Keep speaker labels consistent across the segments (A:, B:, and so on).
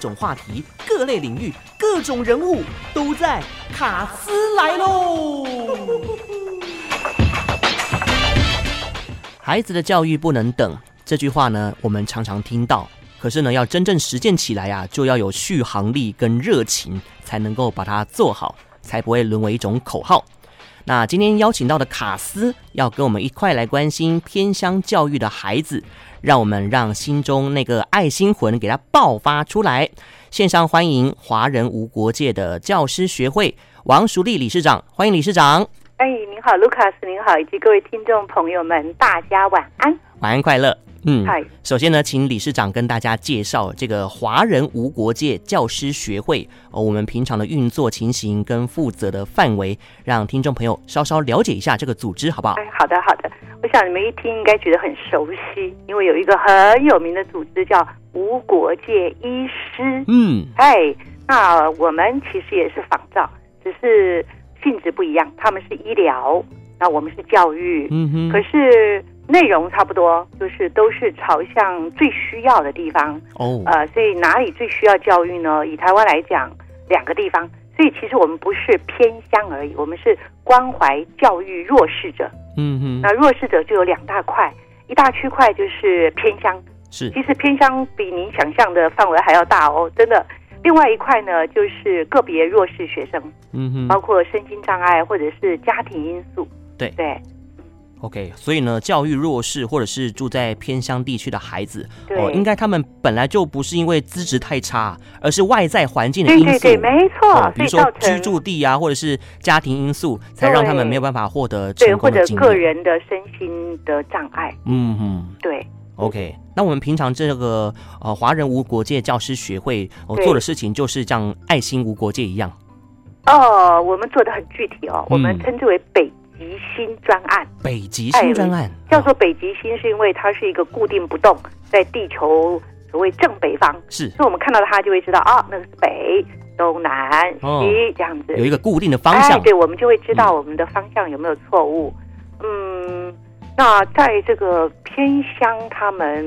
A: 种话题、各类领域、各种人物都在卡斯来喽。 孩子的教育不能等这句话呢，我们常常听到。可是呢，要真正实践起来呀、就要有续航力跟热情，才能够把它做好，才不会沦为一种口号。那今天邀请到的卡斯，要跟我们一块来关心偏乡教育的孩子，让我们让心中那个爱心魂给它爆发出来。线上欢迎华人无国界的教师学会王淑丽理事长，欢迎理事长，
B: 哎，您好，卢卡斯，您好，以及各位听众朋友们，大家晚安。哎
A: 晚安快乐。嗯，
B: 嗨、
A: 首先呢，请理事长跟大家介绍这个华人无国界教师学会，呃，我们平常的运作情形跟负责的范围，让听众朋友稍稍了解一下这个组织，好不好？
B: 哎，好的，好的。我想你们一听应该觉得很熟悉，因为有一个很有名的组织叫无国界医师。
A: 嗯，
B: 哎，那我们其实也是仿照，只是性质不一样。他们是医疗，那我们是教育。
A: 嗯哼，
B: 可是内容差不多，就是都是朝向最需要的地方。
A: 哦，
B: 呃，所以哪里最需要教育呢？以台湾来讲，两个地方。所以其实我们不是偏乡而已，我们是关怀教育弱势者。
A: 嗯哼，
B: 那弱势者就有两大块，一大区块就是偏乡，
A: 是，
B: 其实偏乡比您想象的范围还要大哦，真的。另外一块呢，就是个别弱势学生，
A: 嗯
B: 包
A: 哼
B: 括身心障碍或者是家庭因素。
A: 对
B: 对
A: ，OK，所以呢，教育弱势或者是住在偏乡地区的孩子，
B: 对，
A: 哦，应该他们本来就不是因为资质太差，而是外在环境的因
B: 对
A: 素。
B: 对对，没错。
A: 哦，比
B: 所
A: 如说
B: 以造
A: 居
B: 成
A: 住地啊，或者是家庭因素，才让他们没有办法获得
B: 对
A: 成
B: 或
A: 功
B: 者
A: 的经
B: 个
A: 验。
B: 人的身心的障碍。
A: 嗯嗯
B: 对，
A: ，OK。那我们平常这个呃华人无国界教师学会哦、
B: 对
A: 做的事情，就是像爱心无国界一样，
B: 哦，我们做的很具体哦，我们
A: 嗯
B: 称之为北极星专案，
A: 北极星专案
B: 叫做北极星，是因为它是一个固定不动在地球所谓正北方，
A: 是
B: 所以我们看到它就会知道啊，那个是北、东、南、西、
A: 哦
B: 这样子。
A: 有一个固定的方向
B: 哎，。对，我们就会知道我们的方向有没有错误。嗯，那在这个偏乡，他们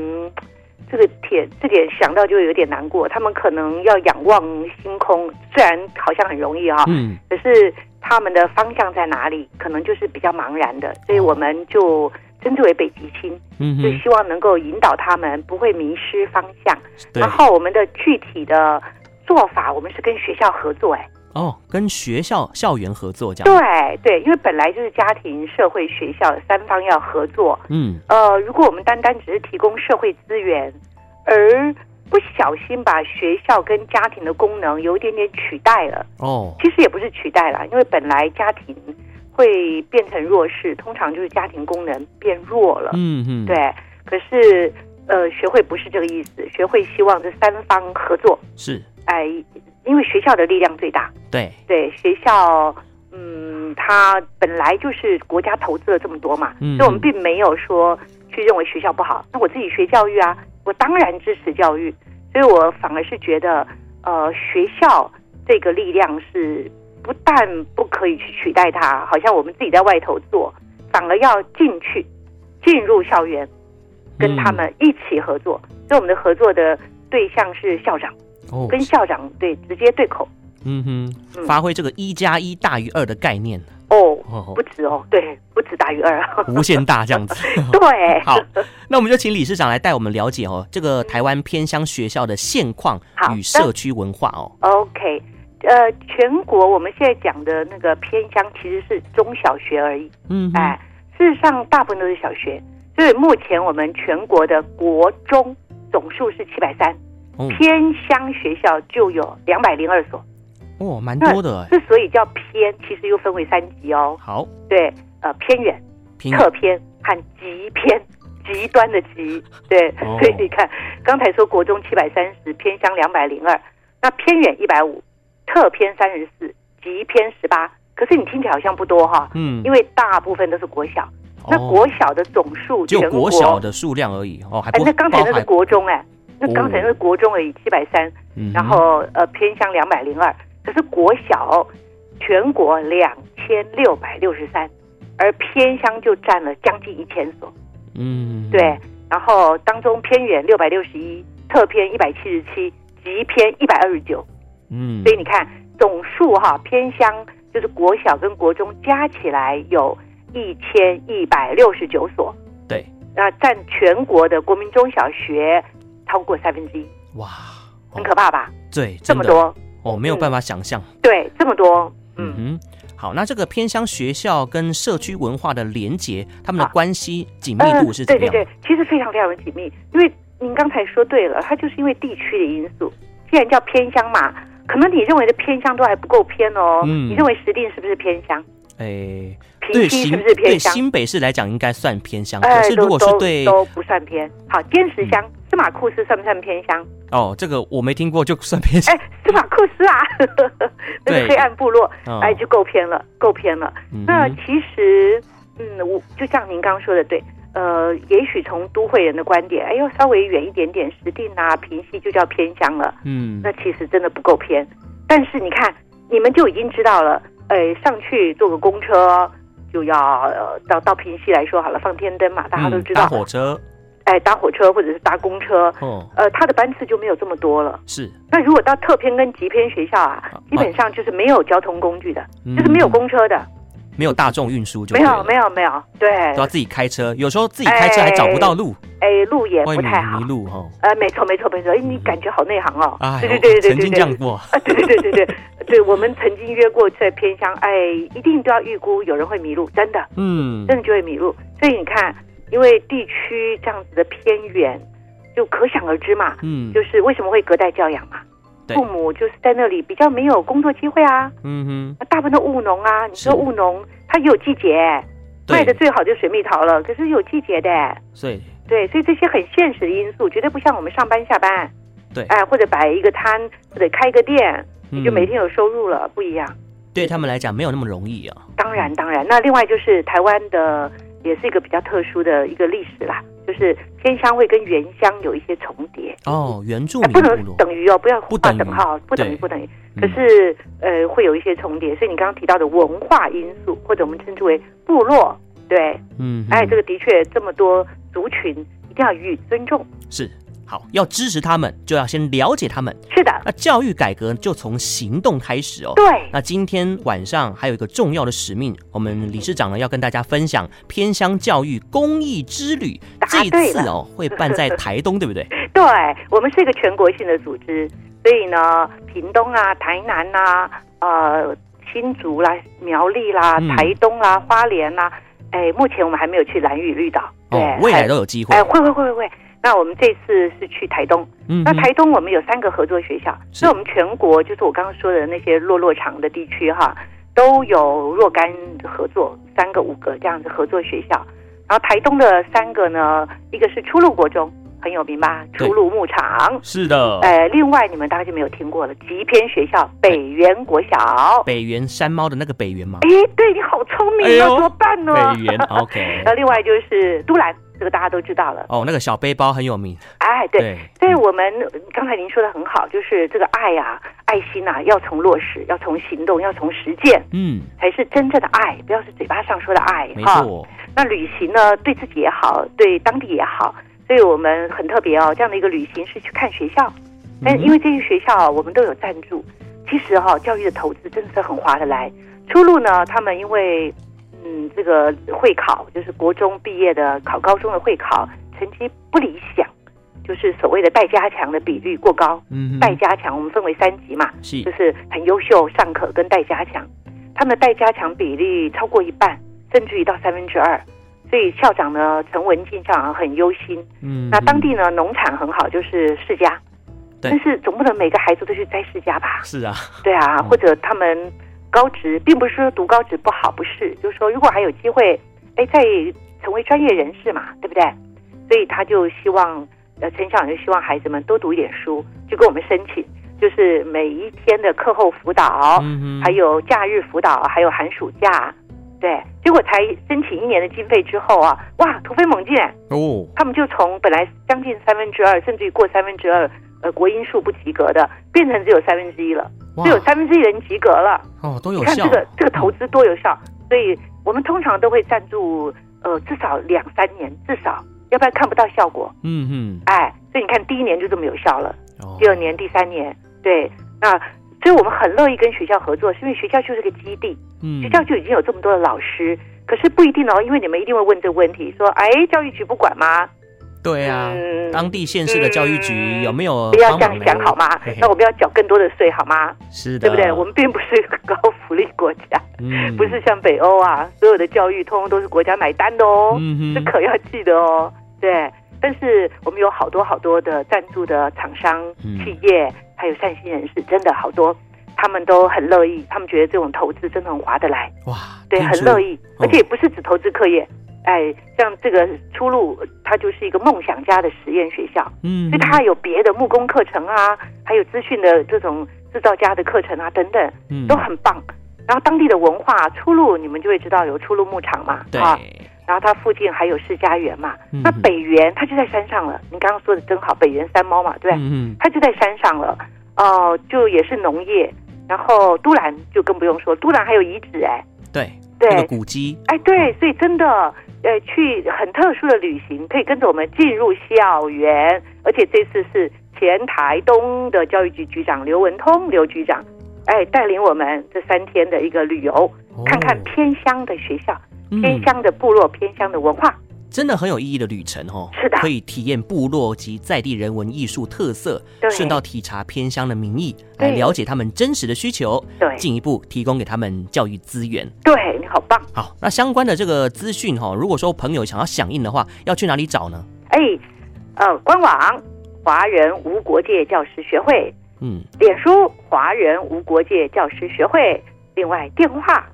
B: 这个点这点想到就有点难过，他们可能要仰望星空，虽然好像很容易啊、
A: 嗯，
B: 可是他们的方向在哪里，可能就是比较茫然的，所以我们就称之为北极星，
A: 哦嗯
B: 就
A: 哼，
B: 希望能够引导他们不会迷失方向。
A: 对
B: 然后我们的具体的做法，我们是跟学校合作，哎，
A: 哦，跟学校校园合作这样。
B: 对对，因为本来就是家庭、社会、学校三方要合作。
A: 嗯，
B: 呃，如果我们单单只是提供社会资源，而不小心把学校跟家庭的功能有一点点取代了，
A: 哦，
B: 其实也不是取代了，因为本来家庭会变成弱势，通常就是家庭功能变弱了。
A: 嗯嗯，，
B: 对，可是呃，学会不是这个意思，学会希望这三方合作，
A: 是，
B: 哎，因为学校的力量最大，
A: 对，
B: 对学校，嗯，它本来就是国家投资了这么多嘛，
A: 嗯
B: 所以我们并没有说去认为学校不好。那我自己学教育啊，我当然支持教育，所以我反而是觉得，呃，学校这个力量是不但不可以去取代它，好像我们自己在外头做，反而要进去，进入校园，跟他们一起合作。所以我们的合作的对象是校长，
A: 哦，
B: 跟校长对直接对口。
A: 嗯哼，
B: 嗯
A: 发挥这个一加一大于二的概念，
B: 哦，
A: 哦
B: 不，止哦，对，不止大于二。
A: 无限大这样子。
B: 对，
A: 好，那我们就请理事长来带我们了解哦，这个台湾偏乡学校的现况
B: 好
A: 与社区文化哦。
B: ，OK，呃，全国我们现在讲的那个偏乡其实是中小学而已，
A: 嗯哼，
B: 哎，事实上大部分都是小学，所以目前我们全国的国中总数是七百三，
A: 哦
B: 偏乡学校就有两百零二所，
A: 哦，蛮多的哎。
B: 之所以叫偏，其实又分为三级哦，
A: 好，
B: 对，呃，偏远、
A: 拼
B: 特偏和极偏。 极端的极，对，
A: 哦
B: 所以你看，刚才说国中七百三十，偏乡两百零二，那偏远一百五，特偏三十四，极偏十八。可是你听起来好像不多哈，
A: 嗯，
B: 因为大部分都是国小。那
A: 哦
B: 国小的总数，
A: 只
B: 全
A: 有国小的数量而已哦，还
B: 哎
A: 不，
B: 那刚才
A: 包
B: 那
A: 含
B: 是国中哎、那
A: 哦
B: 刚才那是国中而已，七百三，
A: 嗯哼
B: 然后呃偏乡两百零二，可是国小全国两千六百六十三，而偏乡就占了将近一千所。
A: 嗯
B: 对，，然后当中偏远六百六十一，特偏一百七十七，极偏一百二十九，
A: 嗯
B: 所以你看总数哈、偏乡就是国小跟国中加起来有一千一百六十九所，
A: 对，
B: 那占全国的国民中小学超过三分之一，
A: 哇，
B: 很
A: 哦
B: 可怕吧？
A: 对，
B: 这
A: 真
B: 么
A: 的
B: 多，嗯
A: 哦，没有办法想象。
B: 对，这么多，嗯，
A: 嗯哼，好，那这个偏乡学校跟社区文化的连结，他们的
B: 啊
A: 关系紧密
B: 呃
A: 度是怎
B: 对
A: 么
B: 对
A: 样？
B: 对，其实非常非常紧密，因为您刚才说对了，它就是因为地区的因素，既然叫偏乡嘛，可能你认为的偏乡都还不够偏哦，
A: 嗯
B: 你认为石碇是不是偏乡？
A: 诶，
B: 平溪
A: 新
B: 是不是
A: 哎对
B: 偏乡？
A: 新北市来讲应该算偏乡，
B: 哎，
A: 可是如
B: 都
A: 果是
B: 都
A: 对嗯
B: 都不算偏。好，坚持乡、司马库斯算不算偏乡？
A: 哦，这个我没听过，就算偏 乡。
B: 哎，司马库斯啊， 那
A: 对
B: 是黑暗部落，
A: 哦
B: 哎，就够偏了，够偏了。
A: 嗯
B: 那
A: 哼
B: 其实，嗯，我就像您刚刚说的，对，呃，也许从都会人的观点，哎呦，稍微远一点点，石碇啊、平溪就叫偏乡了。
A: 嗯
B: 那其实真的不够偏。但是你看，你们就已经知道了，呃，上去坐个公车就要呃到到平溪来说好了，放天灯嘛，大家都知
A: 嗯
B: 道
A: 搭，火车
B: 哎，搭火车或者是搭公车，
A: 哦，
B: 呃，它的班次就没有这么多了。
A: 是，
B: 那如果到特偏跟极偏学校啊
A: 啊，
B: 基本上就是没有交通工具的，
A: 嗯
B: 就是没有公车的，
A: 没有大众运输就
B: 没有没
A: 有，
B: 有没有，对，
A: 都要自己开车，有时候自己开车还找不到路，
B: 哎，路也
A: 会
B: 不
A: 迷
B: 太好
A: 迷。路哦。
B: 呃，没错没错没错，哎，你感觉好内行哦。
A: 哎，
B: 对对对对对
A: 曾
B: 对
A: 经
B: 对
A: 这。样过，
B: 啊，对对对对对对，我们曾经约过在偏乡，哎，一定都要预估有人会迷路，真的，
A: 嗯
B: 真的就会迷路。所以你看，因为地区这样子的偏远，就可想而知嘛，
A: 嗯
B: 就是为什么会隔代教养嘛，啊
A: 对
B: 父母就是在那里比较没有工作机会啊，
A: 嗯哼，
B: 大部分都务农啊，你说
A: 是
B: 务农它也有季节，卖的
A: 对，
B: 最好就是水蜜桃了，可是有季节的、
A: 所以
B: 对，所以这些很现实的因素，绝对不像我们上班下班，
A: 对
B: 哎，或者摆一个摊，或者开一个店，
A: 嗯
B: 你就每天有收入了，不一样。
A: 对他们来讲没有那么容易啊。
B: 当然，当然。那另外就是台湾的，也是一个比较特殊的一个历史啦，就是偏乡会跟原乡有一些重叠，
A: 哦，原住
B: 哎
A: 民
B: 不
A: 部
B: 能
A: 落，
B: 等于哦，不要
A: 不
B: 画
A: 等于
B: 等号，不等于
A: 对
B: 不等于。
A: 嗯
B: 可是呃，会有一些重叠，所以你刚刚提到的文化因素，或者我们称之为部落，对，
A: 嗯哼，
B: 哎，这个的确这么多族群，一定要予以尊重。
A: 是好，要支持他们，就要先了解他们。
B: 是的，
A: 那教育改革就从行动开始哦。
B: 对。
A: 那今天晚上还有一个重要的使命，我们理事长呢要跟大家分享偏乡教育公益之旅。
B: 答
A: 这一
B: 对
A: 次
B: 了
A: 哦，会办在台东，对不对？
B: 对，我们是一个全国性的组织，所以呢，屏东啊、台南呐、呃、新竹啦、苗栗啦、
A: 嗯
B: 台东啦、花莲啦，哎，目前我们还没有去蓝屿绿岛， 对，
A: 哦，未来都有机会
B: 哎，哎。会会会会会。那我们这次是去台东，
A: 嗯
B: 哎那
A: 哼，
B: 台东我们有三个合作学校，
A: 是
B: 所以我们全国就是我刚刚说的那些落落场的地区哈，都有若干合作，三个五个这样子合作学校。然后台东的三个呢，一个是初鹿国中，很有名吧，
A: 对哦
B: 初鹿牧场。
A: 是的，
B: 呃，另外你们大概就没有听过了，极偏学校北原国小。
A: 北原山猫的那个北原吗
B: 哎？，对你好聪明
A: 哎呦
B: 哦，怎么办呢？
A: 北原，OK
B: 然。后另外就是都兰，这个大家都知道了。
A: 哦，那个小背包很有名。
B: 哎，对，
A: 对，
B: 所以我们刚才您说的很好，就是这个爱啊、爱心啊，要从落实，要从行动，要从实践，
A: 嗯，
B: 才是真正的爱，不要是嘴巴上说的爱
A: 没
B: 哈。
A: 错。
B: 那旅行呢，对自己也好，对当地也好，所以我们很特别哦，这样的一个旅行是去看学校，但
A: 嗯
B: 哎因为这些学校啊我们都有赞助，其实哈、教育的投资真的是很划得来。初路呢，他们因为嗯这个会考，就是国中毕业的考高中的会考成绩不理想，就是所谓的待加强的比率过高。
A: 嗯
B: 待
A: 哼，
B: 加强我们分为三级嘛，
A: 是
B: 就是很优秀、尚可跟待加强，他们的待加强比例超过一半，甚至于到三分之二。所以校长呢，陈文静校长很忧心。
A: 嗯
B: 那当地呢，农产很好，就是世家。
A: 对
B: 但是总不能每个孩子都去摘世家吧？
A: 是啊，
B: 对啊，或者他们高职，并不是说读高职不好，不是，就是说如果还有机会，哎，再成为专业人士嘛，对不对？所以他就希望，呃，陈校长就希望孩子们多读一点书，就跟我们申请，就是每一天的课后辅导，
A: 嗯哼，
B: 还有假日辅导，还有寒暑假，对。结果才申请一年的经费之后啊，哇，突飞猛进，
A: 哦，
B: 他们就从本来将近三分之二，甚至于过三分之二，呃，国英数不及格的，变成只有三分之一了。
A: 哇
B: 只有三分之一人及格了。
A: 哦，都
B: 你
A: 有
B: 看
A: 效
B: 这。个这个投资多有效，所以我们通常都会赞助呃至少两三年，至少要不然看不到效果。
A: 嗯哼，
B: 哎，所以你看第一年就这么有效了，
A: 哦
B: 第二年、第三年，对，那所以我们很乐意跟学校合作，是因为学校就是个基地，
A: 嗯
B: 学校就已经有这么多的老师。可是不一定哦，因为你们一定会问这个问题，说，哎，教育局不管吗？
A: 对啊，
B: 嗯
A: 当地县市的教育局有没有
B: 不要
A: 呃帮
B: 这
A: 忙
B: 样
A: 呢
B: 想好吗
A: 嘿嘿？
B: 那我们要缴更多的税好吗？
A: 是的，
B: 对不对？我们并不是一个高福利国家，
A: 嗯
B: 不是像北欧啊，所有的教育通通都是国家买单的哦。
A: 嗯
B: 这
A: 哼
B: 可要记得哦。对，但是我们有好多好多的赞助的厂商、
A: 嗯
B: 企业，还有善心人士，真的好多，他们都很乐意，他们觉得这种投资真的很划得来，
A: 哇，
B: 对，
A: 听
B: 很
A: 说
B: 乐意，
A: 哦
B: 而且也不是只投资课业。哎，像这个出路，它就是一个梦想家的实验学校，
A: 嗯
B: 所以它还有别的木工课程啊，还有资讯的这种制造家的课程啊，等等，
A: 嗯
B: 都很棒。然后当地的文化啊出路，你们就会知道有出路牧场嘛，
A: 对，
B: 然后它附近还有世家园嘛，
A: 嗯
B: 那北园它就在山上了。你刚刚说的真好，北园山猫嘛，对不对，
A: 嗯嗯
B: 它就在山上了。哦、就也是农业，然后都兰就更不用说，都兰还有遗址哎，
A: 对，
B: 对，
A: 那个古迹
B: 哎对，所以真的，呃，去很特殊的旅行，可以跟着我们进入校园，而且这次是前台东的教育局局长刘文通刘局长，哎，带领我们这三天的一个旅游，看看偏乡的学校、
A: 嗯
B: 偏乡的部落、偏乡的文化。
A: 真的很有意义的旅程哦，
B: 是的
A: 可以体验部落及在地人文艺术特色，
B: 对
A: 顺道体察偏乡的民意，来
B: 对
A: 了解他们真实的需求，
B: 对
A: 进一步提供给他们教育资源。
B: 对你好棒！
A: 好，那相关的这个资讯哈、哦，如果说朋友想要响应的话，要去哪里找呢？
B: 哎，呃，官网华人无国界教师学会，
A: 嗯，
B: 脸书华人无国界教师学会，另外电话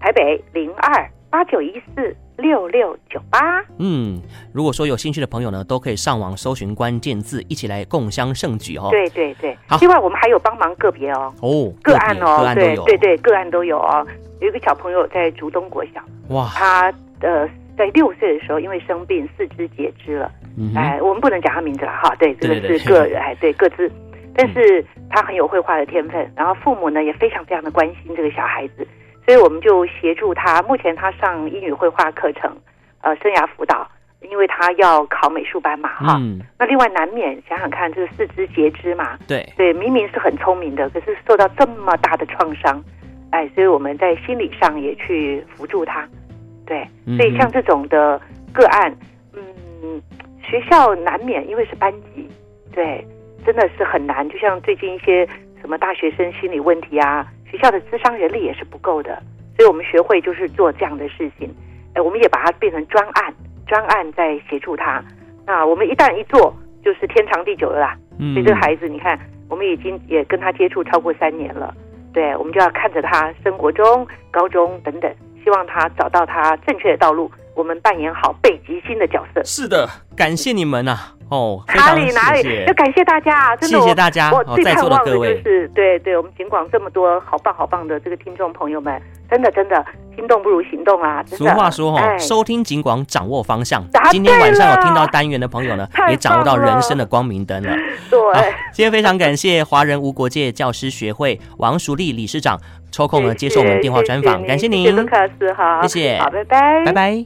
B: 台北零二八九一四六六九八。
A: 嗯，如果说有兴趣的朋友呢，都可以上网搜寻关键字，一起来共襄盛举哦。
B: 对对对
A: 好，
B: 另外我们还有帮忙个别哦，
A: 哦，
B: 个案
A: 别
B: 哦，
A: 个案都
B: 对
A: 有，
B: 对对，个案都有哦。有一个小朋友在竹东国小，
A: 哇，
B: 他呃在六岁的时候因为生病四肢截肢了。
A: 嗯哼，
B: 哎，我们不能讲他名字了哈，对，这
A: 对对
B: 个是
A: 对嗯
B: 个人，哎，对各自，但是他很有绘画的天分，然后父母呢也非常非常的关心这个小孩子，所以我们就协助他。目前他上英语绘画课程，呃，生涯辅导，因为他要考美术班嘛哈。
A: 嗯，
B: 那另外难免想想看，这个四肢截肢嘛，
A: 对，
B: 对，明明是很聪明的，可是受到这么大的创伤，哎，所以我们在心理上也去扶助他，对。
A: 嗯
B: 所以像
A: 哼
B: 这种的个案，嗯，学校难免因为是班级，对，真的是很难。就像最近一些什么大学生心理问题啊，学校的智商人力也是不够的，所以我们学会就是做这样的事情。哎，我们也把它变成专案，专案在协助他。那我们一旦一做，就是天长地久了啦。
A: 嗯
B: 所以这个孩子，你看，我们已经也跟他接触超过三年了，对，我们就要看着他生活中、高中等等，希望他找到他正确的道路。我们扮演好北极星的角色。
A: 是的，感谢你们呐、哦，非
B: 哪
A: 常
B: 里哪
A: 谢
B: 里，
A: 谢
B: 要感谢大家啊！真的，
A: 谢谢大家
B: 我
A: 哦
B: 我最
A: 在
B: 盼
A: 座的
B: 望
A: 各位
B: 就是，对对，我们尽管这么多好棒好棒的这个听众朋友们，真的真的，心动不如行动啊！真
A: 俗
B: 的
A: 话说哦，
B: 哎
A: 收听尽广，掌握方向
B: 答。
A: 今天晚上
B: 对
A: 有
B: 了
A: 听到单元的朋友呢，
B: 太
A: 也掌握到
B: 棒了
A: 人生的光明灯了。好
B: 对，，
A: 今天非常感谢华人无国界教师学会王淑丽理事长抽空呢
B: 谢
A: 接受我们
B: 谢
A: 电话专访，
B: 谢
A: 感谢您
B: 谢谢，卢卡斯哈，
A: 谢谢
B: 好，拜拜，
A: 拜。拜。